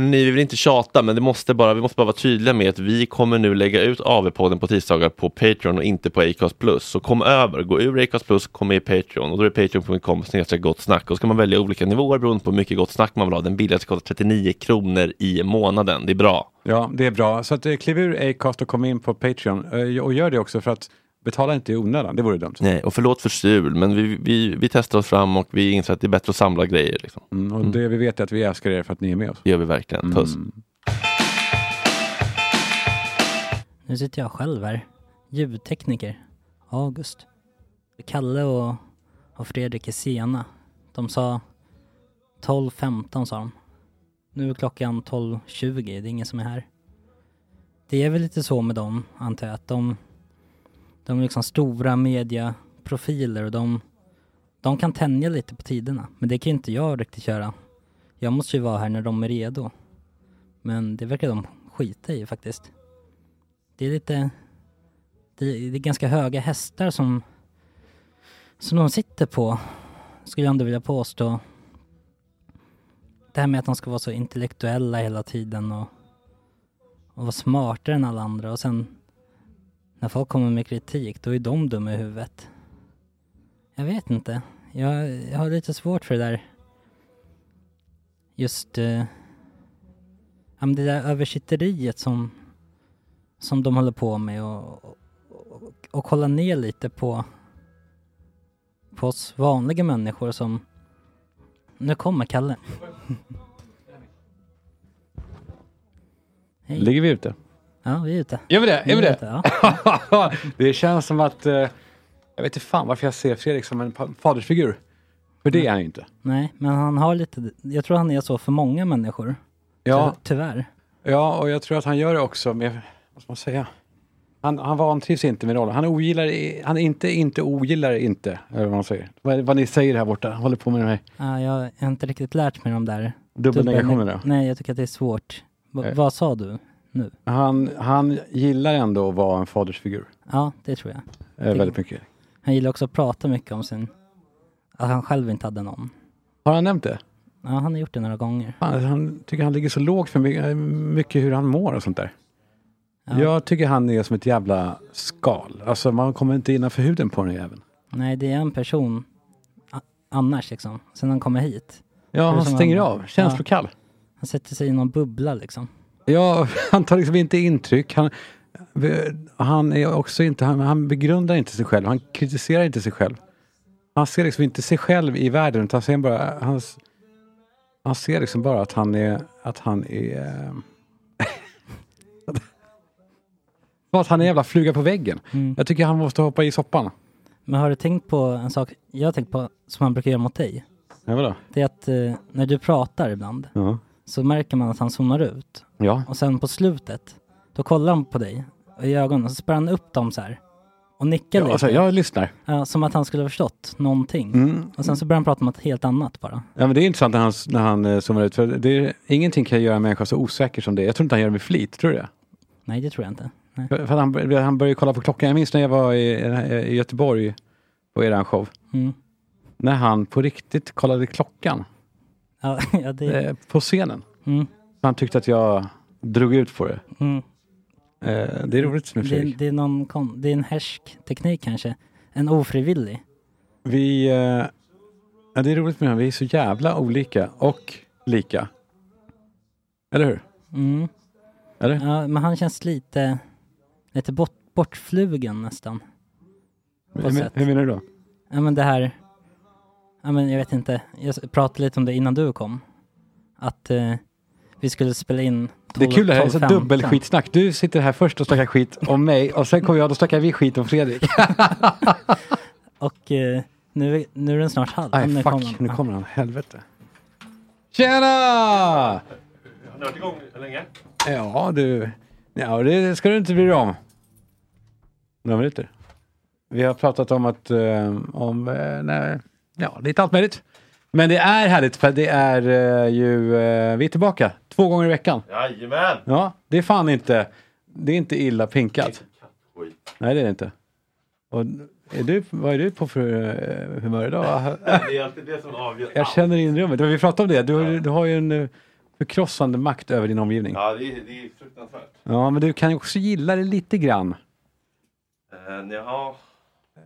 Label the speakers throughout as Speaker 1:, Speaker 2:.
Speaker 1: Ni vi vill inte tjata, men det måste bara, vi måste bara vara tydliga med att vi kommer nu lägga ut AV-podden på tisdagar på Patreon och inte på Acast Plus. Så kom över, gå ur Acast Plus, kom med i Patreon och då är det patreon.com snedstreck gott snack. Och så kan man välja olika nivåer beroende på hur mycket gott snack man vill ha. Den billigaste kostar 39 kronor i månaden. Det är bra.
Speaker 2: Ja, det är bra. Så att, eh, kliv ur Acast och kom in på Patreon. Eh, Och gör det också för att betala inte i onödan. Det vore dumt.
Speaker 1: Nej, och förlåt för sul, men vi, vi, vi testar oss fram och vi inser att det är bättre att samla grejer. Liksom.
Speaker 2: Mm, och det vi vet är att vi älskar er för att ni är med oss. Mm.
Speaker 1: Det gör vi verkligen. Puss.
Speaker 3: Nu sitter jag själv här. Ljudtekniker. August. Kalle och, och Fredrik är sena. De sa 12.15 sa de. Nu är klockan 12.20, det är ingen som är här. Det är väl lite så med dem, antar jag. Att de, de är liksom stora mediaprofiler och de, de kan tänja lite på tiderna. Men det kan ju inte jag riktigt göra. Jag måste ju vara här när de är redo. Men det verkar de skita i faktiskt det är lite... Det, det är ganska höga hästar som, som de sitter på, skulle jag ändå vilja påstå. Det här med att de ska vara så intellektuella hela tiden och, och vara smartare än alla andra och sen när folk kommer med kritik, då är de dumma i huvudet. Jag vet inte. Jag, jag har lite svårt för det där. Just... Eh, ja, men det där översitteriet som som de håller på med och, och, och, och kolla ner lite på, på oss vanliga människor som... Nu kommer Kalle. Hej.
Speaker 2: Ligger vi ute?
Speaker 3: Ja, vi är ute.
Speaker 2: Gör vi det?
Speaker 3: Vi
Speaker 2: Gör vi det?
Speaker 3: ute, ja.
Speaker 2: det känns som att... eh, jag vet inte fan varför jag ser Fredrik som en pa- fadersfigur. För det är han ju inte.
Speaker 3: Nej, men han har lite... Jag tror han är så för många människor.
Speaker 2: Ja,
Speaker 3: Ty- Tyvärr.
Speaker 2: ja, och jag tror att han gör det också med... Vad ska man säga? Han, han vantrivs inte med rollen. Han ogillar... i- Han inte inte ogillar inte, eller vad man säger. Vad, vad ni säger här borta. Håller på med de här
Speaker 3: Ja, jag har inte riktigt lärt mig de där...
Speaker 2: dubbelnegationerna.
Speaker 3: Nej, jag tycker att det är svårt. Va-
Speaker 2: Eh.
Speaker 3: Vad sa du?
Speaker 2: Han, han gillar ändå att vara en fadersfigur.
Speaker 3: Ja, det tror jag.
Speaker 2: Eh, väldigt mycket.
Speaker 3: Han gillar också att prata mycket om sin... Att han själv inte hade någon.
Speaker 2: Har han nämnt det?
Speaker 3: Ja, han har gjort det några gånger.
Speaker 2: Han, han tycker han ligger så lågt för my- mycket hur han mår och sånt där.
Speaker 3: Ja.
Speaker 2: Jag tycker han är som ett jävla skal. Alltså man kommer inte innanför huden på den jäveln.
Speaker 3: Nej, det är en person a- annars liksom. Sen han kommer hit.
Speaker 2: Ja,
Speaker 3: Det är
Speaker 2: han
Speaker 3: som
Speaker 2: stänger
Speaker 3: han-
Speaker 2: av. Känslokall.
Speaker 3: Han sätter sig i någon bubbla liksom.
Speaker 2: Ja, han tar liksom inte intryck. Han, han är också inte, han, han begrundar inte sig själv. Han kritiserar inte sig själv. Han ser liksom inte sig själv i världen utan ser bara, han, s- han ser liksom bara att han är, att han är... eh, bara att han är en jävla fluga på väggen.
Speaker 3: Mm.
Speaker 2: Jag tycker han måste hoppa i soppan.
Speaker 3: Men har du tänkt på en sak jag har tänkt på som han brukar göra mot dig?
Speaker 2: Ja, vadå?
Speaker 3: Det är att eh, när du pratar ibland
Speaker 2: Ja.
Speaker 3: så märker man att han zoomar ut.
Speaker 2: Ja.
Speaker 3: Och sen på slutet, då kollar han på dig i ögonen och så spärrar han upp dem så här. Och nickar lite.
Speaker 2: Alltså, Mm. jag lyssnar.
Speaker 3: Ja, som att han skulle ha förstått någonting. Och sen så börjar han prata om något helt annat bara.
Speaker 2: Ja, men det är intressant när han, när han eh, zoomar ut. För det är, ingenting kan göra en människa så osäker som det. Jag tror inte han gör det med flit. Tror du det?
Speaker 3: Nej, det tror jag inte. Nej.
Speaker 2: För för att han, bör- han började kolla på klockan. Jag minns när jag var i, i Göteborg på eran show.
Speaker 3: Mm.
Speaker 2: När han på riktigt kollade klockan
Speaker 3: Ja, ja, det...
Speaker 2: eh, på scenen.
Speaker 3: Mm.
Speaker 2: Han tyckte att jag drog ut på det.
Speaker 3: Mm.
Speaker 2: Eh, det är roligt med
Speaker 3: Det,
Speaker 2: Fredrik.
Speaker 3: det, är någon, kon- det är en härsk teknik kanske. En ofrivillig.
Speaker 2: Vi, eh, ja, det är roligt med honom. Vi är så jävla olika och lika. Eller hur?
Speaker 3: Mm.
Speaker 2: Eller?
Speaker 3: Ja, men han känns lite, lite bort, bortflugen nästan.
Speaker 2: hur, men-
Speaker 3: sätt.
Speaker 2: hur menar du då?
Speaker 3: Ja men det här, ja men jag vet inte, jag s- pratade lite om det innan du kom. Att eh, vi skulle spela in 12,
Speaker 2: Det är kul det här, det är så
Speaker 3: 12, 15.
Speaker 2: dubbelskitsnack. Du sitter här först och snackar skit om mig och sen kommer jag och då snackar vi skit om Fredrik.
Speaker 3: Och eh, nu, nu är den snart halv.
Speaker 2: Nej,
Speaker 3: Men
Speaker 2: fuck. Nu kommer han. Helvete. Tjena! Har ni varit igång länge? Ja, du. Ja, det ska du inte bry dig om. Några minuter. Vi har pratat om att, eh, om, eh, nej, ja, lite allt möjligt. Men det är härligt för det är eh, ju, eh, vi är tillbaka två gånger i veckan.
Speaker 1: Jajamän!
Speaker 2: Ja, det är fan inte, det är inte illa pinkat. Nej, det är det inte. Och är du, vad är du på för eh, humör idag?
Speaker 1: Det är alltid det som avgör.
Speaker 2: Jag känner in rummet. Men vi pratade om det, du, har- du har ju en eh, förkrossande makt över din omgivning.
Speaker 1: Ja, det är, det är fruktansvärt.
Speaker 2: Ja, men du kan ju också gilla det lite grann.
Speaker 1: Uh, ja.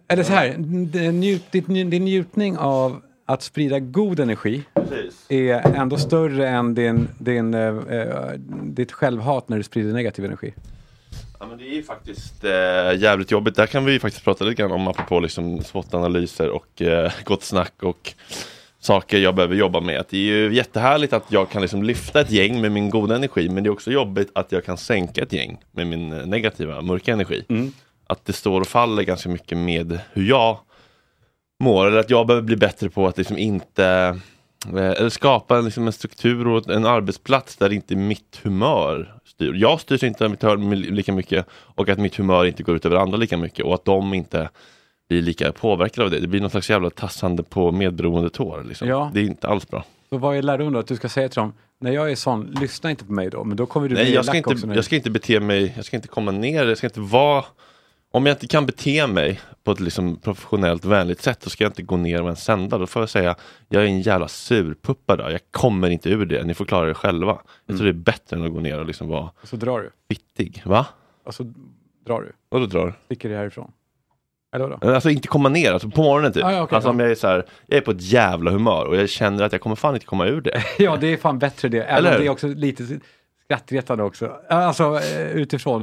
Speaker 2: Eller så här, det- njut, ditt, din njutning av att sprida god energi
Speaker 1: Precis.
Speaker 2: är ändå större än din, din, eh, eh, ditt självhat när du sprider negativ energi.
Speaker 1: Ja, men det är ju faktiskt eh, jävligt jobbigt. Där kan vi ju faktiskt prata lite grann om apropå liksom SWOT-analyser och eh, gott snack och saker jag behöver jobba med. Att Det är ju jättehärligt att jag kan liksom lyfta ett gäng med min goda energi, men det är också jobbigt att jag kan sänka ett gäng med min eh, negativa, mörka energi. Att det står och faller ganska mycket med hur jag mår, eller att jag behöver bli bättre på att liksom inte eh, eller skapa en, liksom en struktur och en arbetsplats där inte mitt humör styr. Jag styrs inte av mitt humör lika mycket och att mitt humör inte går ut över andra lika mycket och att de inte blir lika påverkade av det. Det blir någon slags jävla tassande på medberoende tår. Liksom.
Speaker 2: Ja.
Speaker 1: Det är inte alls bra.
Speaker 2: Så vad är lärdomen då? Att du ska säga till dem, när jag är sån, lyssna inte på mig då, men då kommer du
Speaker 1: Nej,
Speaker 2: bli
Speaker 1: jag ska,
Speaker 2: elak
Speaker 1: inte,
Speaker 2: också. när
Speaker 1: jag
Speaker 2: du-
Speaker 1: ska inte bete mig, jag ska inte komma ner, jag ska inte vara om jag inte kan bete mig på ett liksom professionellt vänligt sätt så ska jag inte gå ner och ens sända. Då får jag säga, jag är en jävla surpuppa där. Jag kommer inte ur det. Ni får klara det själva. Jag
Speaker 2: Mm.
Speaker 1: tror det är bättre än att gå ner och liksom vara
Speaker 2: Och så drar du.
Speaker 1: fittig. Va?
Speaker 2: Och så drar du.
Speaker 1: Och då drar
Speaker 2: Sticker dig härifrån. Eller vadå?
Speaker 1: Alltså inte komma ner, alltså på morgonen typ.
Speaker 2: Ah, ja, okej,
Speaker 1: alltså
Speaker 2: ja.
Speaker 1: om jag är så här, jag är på ett jävla humör och jag känner att jag kommer fan inte komma ur det.
Speaker 2: Ja, det är fan bättre det. Även
Speaker 1: Eller
Speaker 2: om
Speaker 1: hur?
Speaker 2: det är också lite skrattretande också. Alltså eh, utifrån.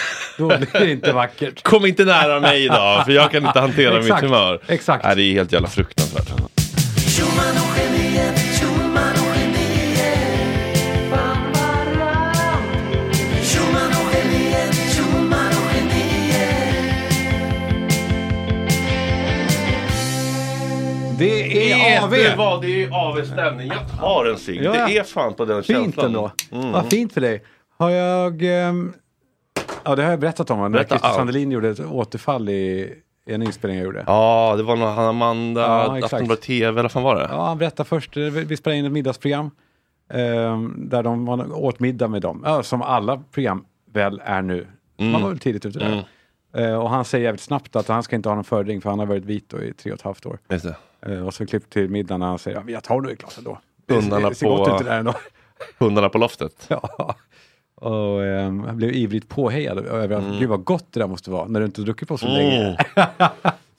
Speaker 2: Då blir det inte vackert.
Speaker 1: Kom inte nära mig idag, för jag kan inte hantera mitt
Speaker 2: Exakt,
Speaker 1: humör.
Speaker 2: exakt.
Speaker 1: Nej, det är helt jävla fruktansvärt.
Speaker 4: Schumann och geniet, Schumann och geniet Schumann och geniet, Schumann och geniet
Speaker 2: Det är AV!
Speaker 1: Vet du vad, det är AV-stämning. Jag tar en cigg.
Speaker 2: Ja, ja.
Speaker 1: Det är fan på den
Speaker 2: Fint
Speaker 1: känslan. Mm.
Speaker 2: ändå. Vad fint för dig. Har jag... ehm, ja, det har jag berättat om. va? När
Speaker 1: Berätta
Speaker 2: Christer
Speaker 1: allt.
Speaker 2: Sandelin gjorde ett återfall i en inspelning jag gjorde. Ja.
Speaker 1: Ja, det var någon Hanna Amanda,
Speaker 2: Ja, exakt.
Speaker 1: Aftonbladet TV, eller vad fan var det?
Speaker 2: han berättade först. eh, Vi vi spelade in ett middagsprogram. ehm, där de var, åt middag med dem. Ja, som alla program väl är nu. Man var väl tidigt ute där. Eh, och han säger jävligt snabbt att han ska inte ha någon fördring för han har varit vit då i tre och ett halvt år.
Speaker 1: Just det.
Speaker 2: Eh, och så klipp till middagen när han säger "Ja, men jag tar nog ett glas ändå. Det ser-
Speaker 1: Hundarna
Speaker 2: det ser gott
Speaker 1: på-
Speaker 2: ut det där ändå.
Speaker 1: Hundarna på loftet.
Speaker 2: Ja. Och ehm, han blev ivrigt påhejad över att gud vad gott det där måste vara när du inte har druckit på så
Speaker 1: Mm.
Speaker 2: länge.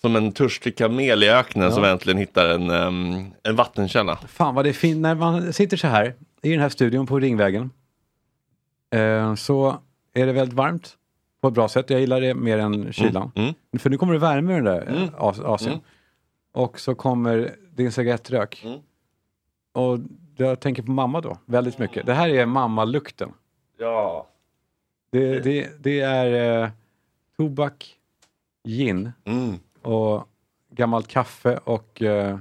Speaker 1: Som en törstig kamel i öknen som äntligen hittar en, ehm, en vattenkälla.
Speaker 2: Fan vad det är fint när man sitter så här i den här studion på Ringvägen. eh, så är det väldigt varmt på ett bra sätt. Jag gillar det mer än kylan.
Speaker 1: Mm.
Speaker 2: För nu kommer det värme i den där mm. Asien. Och så kommer din cigarettrök.
Speaker 1: Mm.
Speaker 2: Och jag tänker på mamma då, väldigt mycket. Det här är mammalukten.
Speaker 1: Ja.
Speaker 2: Det, det, det är eh, tobak, gin
Speaker 1: Mm.
Speaker 2: och gammalt kaffe och, eh,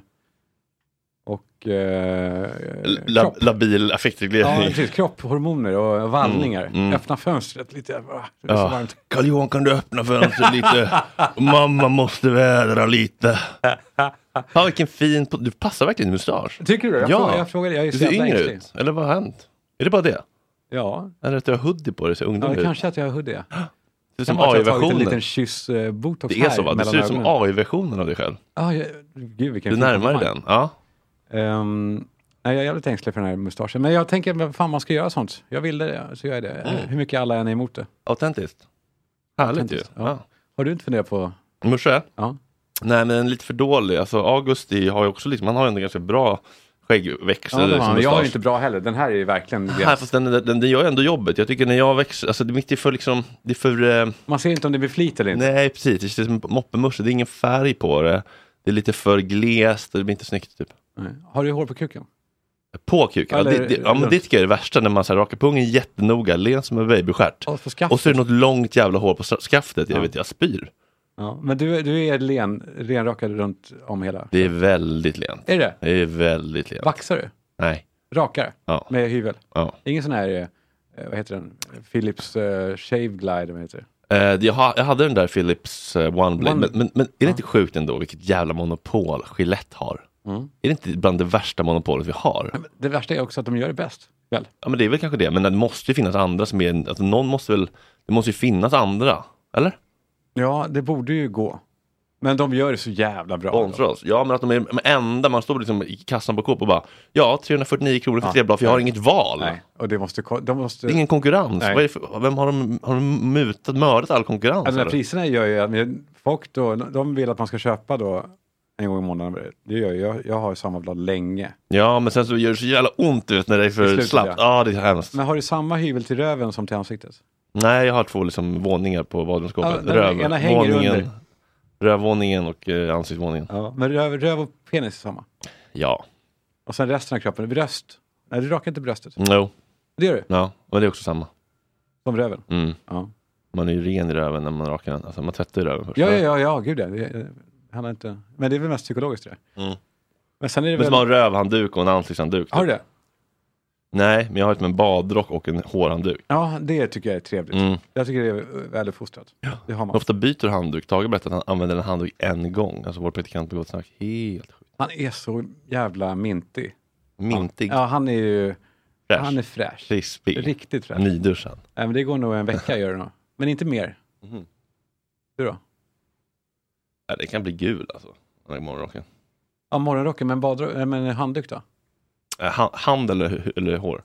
Speaker 2: och eh,
Speaker 1: L- La,
Speaker 2: kropp.
Speaker 1: labil
Speaker 2: Ja,
Speaker 1: affektreglering.
Speaker 2: precis. Kropp, hormoner och vallningar.
Speaker 1: Mm, mm.
Speaker 2: Öppna fönstret lite. Ah, Det är så
Speaker 1: Ja.
Speaker 2: varmt.
Speaker 1: Karl Johan kan du öppna fönstret lite? Mamma måste vädra lite. Ja, vilken fin... po- Du passar verkligen i mustasch.
Speaker 2: Tycker du det? Jag,
Speaker 1: Ja.
Speaker 2: frågar, jag frågar Jag är
Speaker 1: Du
Speaker 2: så
Speaker 1: ser
Speaker 2: jävla
Speaker 1: yngre
Speaker 2: ängslig.
Speaker 1: ut. Eller vad har hänt? Är det bara det?
Speaker 2: Ja,
Speaker 1: Eller att du har hoodie på dig ser
Speaker 2: ja
Speaker 1: ungdomlig ut?
Speaker 2: kanske att jag har hoodie.
Speaker 1: Det ser ut
Speaker 2: Kan
Speaker 1: som
Speaker 2: vara att Jag har tagit en
Speaker 1: AI-versionen.
Speaker 2: liten kyss eh, botox
Speaker 1: Det är
Speaker 2: här
Speaker 1: så va? Det
Speaker 2: mellan
Speaker 1: ser ut som
Speaker 2: ögonen.
Speaker 1: AI-versionen av dig själv.
Speaker 2: Ah, jag, gud, vilken
Speaker 1: Du
Speaker 2: fin
Speaker 1: närmar dig
Speaker 2: komplimang.
Speaker 1: den. Ja.
Speaker 2: Ehm, nej, jag är jävligt ängslig för den här mustaschen. Men jag tänker, vad fan man ska göra sånt. Jag ville det, så gör jag det.
Speaker 1: Mm.
Speaker 2: Hur mycket alla än är emot det.
Speaker 1: Autentiskt. Härligt ju.
Speaker 2: Autentiskt,
Speaker 1: Ja.
Speaker 2: Har du inte funderat på...
Speaker 1: Morse?
Speaker 2: Ja.
Speaker 1: Nej men lite för dålig. Alltså Augusti har ju också liksom, han har ju ändå ganska bra skäggväxt.
Speaker 2: Ja, det
Speaker 1: eller
Speaker 2: var
Speaker 1: liksom
Speaker 2: han. Jag är
Speaker 1: mustasch.
Speaker 2: inte bra heller. Den här är ju verkligen...
Speaker 1: Nej, fast den, den, den gör ändå jobbet. Jag tycker när jag växer, alltså det mitt är för liksom, det är för, eh,
Speaker 2: Man ser inte om det blir flit eller inte.
Speaker 1: nej precis, det ser ut som moppemusche, det är ingen färg på det. Det är lite för glest och det blir inte snyggt typ.
Speaker 2: Nej. Har du hår på kuken?
Speaker 1: På kuken, ja, det,
Speaker 2: Eller
Speaker 1: det, ja men det
Speaker 2: runt.
Speaker 1: tycker jag är det värsta när man så här, rakar pungen jättenoga, len som en babystjärt.
Speaker 2: Ja, på skaft.
Speaker 1: Och så är det något långt jävla hår på skaftet, jag
Speaker 2: Ja.
Speaker 1: vet, jag spyr.
Speaker 2: Ja, men du, du är len, renrakad runt om hela?
Speaker 1: Det är väldigt lent.
Speaker 2: Är det?
Speaker 1: Det är väldigt lent.
Speaker 2: Vaxar du?
Speaker 1: Nej.
Speaker 2: Rakar?
Speaker 1: Ja.
Speaker 2: Med hyvel?
Speaker 1: Ja.
Speaker 2: Ingen sån här, eh, vad heter den, Philips eh, Shave Glide, vad heter det?
Speaker 1: Eh, jag, ha, jag hade den där Philips eh, One Blade,
Speaker 2: One-
Speaker 1: men, men, men är det inte sjukt ändå vilket jävla monopol Gillette har?
Speaker 2: Mm.
Speaker 1: Är det inte bland det värsta monopolet vi har?
Speaker 2: Men Det värsta är också att de gör det bäst, väl?
Speaker 1: Ja men det är väl kanske det, men det måste ju finnas andra som är, alltså någon måste väl, det måste ju finnas andra, eller?
Speaker 2: Ja, det borde ju gå. Men de gör det så jävla bra.
Speaker 1: Sponsra oss. Ja men att de är de enda, man står liksom i kassan på Coop och bara, ja 349 kronor för
Speaker 2: Ja.
Speaker 1: tre blad för jag har inget val.
Speaker 2: Nej, och det måste... ko- De måste
Speaker 1: Det är ingen konkurrens.
Speaker 2: Nej.
Speaker 1: Vad är det för, vem har de, har de mutat, mördat all konkurrens?
Speaker 2: alltså, de här
Speaker 1: eller?
Speaker 2: priserna gör ju att folk då, de vill att man ska köpa då en gång i månaden. Det gör jag. Jag- Jag har ju samma blad länge.
Speaker 1: ja men sen så gör det så jävla ont ut när det är
Speaker 2: I
Speaker 1: för
Speaker 2: slutet,
Speaker 1: slappt. Ja ah, det är hemskt.
Speaker 2: Men har du samma hyvel till röven som till ansiktet?
Speaker 1: Nej, jag har två liksom våningar på
Speaker 2: Ja,
Speaker 1: badrumsskåpet.
Speaker 2: den ena hänger
Speaker 1: Rövvåningen,
Speaker 2: under.
Speaker 1: rövvåningen och eh, ansiktsvåningen.
Speaker 2: Ja. Men röv, röv och penis är samma.
Speaker 1: Ja,
Speaker 2: Och sen resten av kroppen. Bröst. Nej, du rakar inte bröstet.
Speaker 1: jo,
Speaker 2: Det gör du.
Speaker 1: ja, men det är också samma.
Speaker 2: Som röven.
Speaker 1: Mm.
Speaker 2: Ja.
Speaker 1: Man är ju ren i röven när man rakar den. Alltså man tvättar ju röven först.
Speaker 2: Ja, ja, ja, ja gud ja. Det, eh, han har inte... Men det är väl mest psykologiskt det.
Speaker 1: Mm.
Speaker 2: Men sen är det
Speaker 1: Men
Speaker 2: väl...
Speaker 1: som har en rövhandduk och en ansiktshandduk.
Speaker 2: Har du det?
Speaker 1: Nej, men jag har ett med en badrock och en hårhandduk.
Speaker 2: Ja, det tycker jag är trevligt.
Speaker 1: Mm.
Speaker 2: Jag tycker det är eh, väluppfostrat. Det har
Speaker 1: Men
Speaker 2: man.
Speaker 1: Ofta byter handduk. Tage berättade att han använder en handduk en gång. Alltså vår praktikant på Gott Snack. Helt sjukt.
Speaker 2: Han är så jävla mintig.
Speaker 1: Mintig,
Speaker 2: Ja, han är ju...
Speaker 1: fräsch,
Speaker 2: Han är fräsch.
Speaker 1: krispig,
Speaker 2: Riktigt fräsch.
Speaker 1: nyduschad.
Speaker 2: Nej, men det går nog en vecka, gör det nog. Men inte mer.
Speaker 1: Mhm.
Speaker 2: Du då?
Speaker 1: Ja, det kan bli gul alltså, den här morgonrocken.
Speaker 2: Ja, morgonrocken, men, badro- eh, men handduk då?
Speaker 1: Eh, han- Hand eller, eller hår?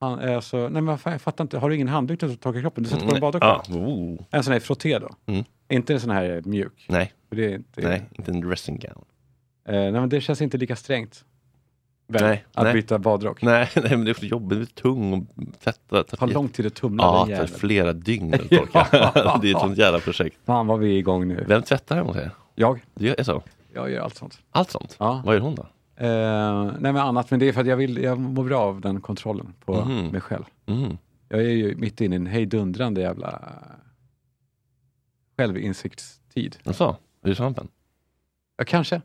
Speaker 2: Han, eh, alltså, nej, men vad fan, jag fattar inte. Har du ingen handduk som torkar kroppen? Du sätter på en badrock?
Speaker 1: Ja.
Speaker 2: Ja.
Speaker 1: Oh.
Speaker 2: En sån här frotté då?
Speaker 1: Mm.
Speaker 2: Inte en sån här eh, mjuk?
Speaker 1: Nej,
Speaker 2: För det är inte,
Speaker 1: nej, inte en dressing gown.
Speaker 2: Eh, nej, men det känns inte lika strängt. Väl,
Speaker 1: Nej,
Speaker 2: Att
Speaker 1: nej.
Speaker 2: byta badrock.
Speaker 1: Nej, nej, men det är också jobbigt, det är tung och tvätta. tvätta-
Speaker 2: Har lång tid att tumla
Speaker 1: Ja,
Speaker 2: den
Speaker 1: det tar
Speaker 2: jäveln.
Speaker 1: flera dygn att torka.
Speaker 2: Ja.
Speaker 1: det är ett sånt jävla projekt.
Speaker 2: Fan vad vi är igång nu.
Speaker 1: Vem tvättar hemma hos er?
Speaker 2: Jag?
Speaker 1: Du gör är så?
Speaker 2: Jag gör allt sånt.
Speaker 1: Allt sånt?
Speaker 2: Ja.
Speaker 1: Vad gör hon då?
Speaker 2: Eh, nej men annat, men det är för att jag, vill, jag mår bra av den kontrollen på
Speaker 1: Mhm.
Speaker 2: mig själv.
Speaker 1: Mm.
Speaker 2: Jag är ju mitt inne i en hejdundrande jävla självinsiktstid.
Speaker 1: Jaså, är det svampen? Mm.
Speaker 2: Ja, kanske.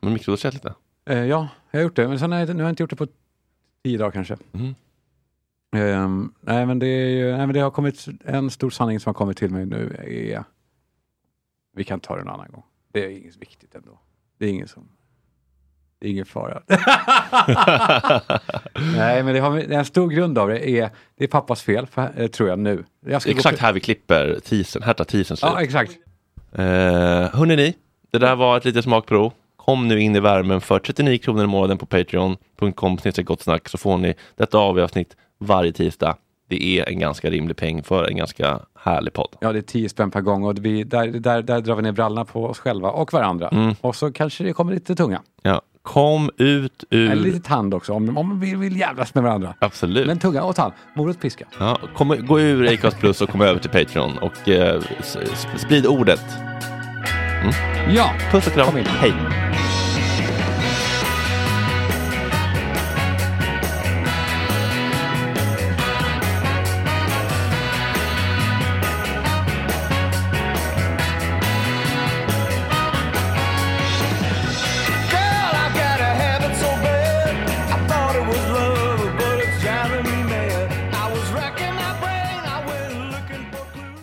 Speaker 1: Men mikrodosett lite?
Speaker 2: Eh, ja, jag har gjort det, men sen har jag, nu har jag inte gjort det på tio dagar kanske.
Speaker 1: Mm.
Speaker 2: Ehm, nej, men det är ju, nej, men det har kommit en stor sanning som har kommit till mig nu. Är, vi kan ta det en annan gång. Det är inget viktigt ändå. Det är ingen som... Det är ingen fara. nej, men det har, en stor grund av det är, det är pappas fel, för, eh, tror jag nu. Jag ska gå
Speaker 1: Exakt
Speaker 2: på-
Speaker 1: här vi klipper teasern, här tar teasern slut.
Speaker 2: Ja, exakt.
Speaker 1: Eh, hörni ni, det där var ett litet smakprov. Kom nu in i värmen för 39 kronor i månaden på patreon.com snedstreck gott snack så får ni detta avsnitt varje tisdag. Det är en ganska rimlig peng för en ganska härlig podd.
Speaker 2: Ja, det är 10 spänn per gång och vi, där, där, där drar vi ner brallorna på oss själva och varandra.
Speaker 1: Mm.
Speaker 2: Och så kanske det kommer lite tunga.
Speaker 1: Ja. Kom ut ur...
Speaker 2: Eller lite tand också, om, om vi vill jävlas med varandra.
Speaker 1: Absolut.
Speaker 2: Men tunga och tand. Morot, piska.
Speaker 1: Ja, kom, gå ur Acast Plus och kom över till Patreon och eh, s- s- sprid ordet.
Speaker 2: Ja!
Speaker 1: Puss och kram.
Speaker 2: Kom in.
Speaker 1: Hej!
Speaker 5: Girl, I got a habit so bad. I thought it was love, but it's driving me mad. I was racking my brain, I went looking for clues.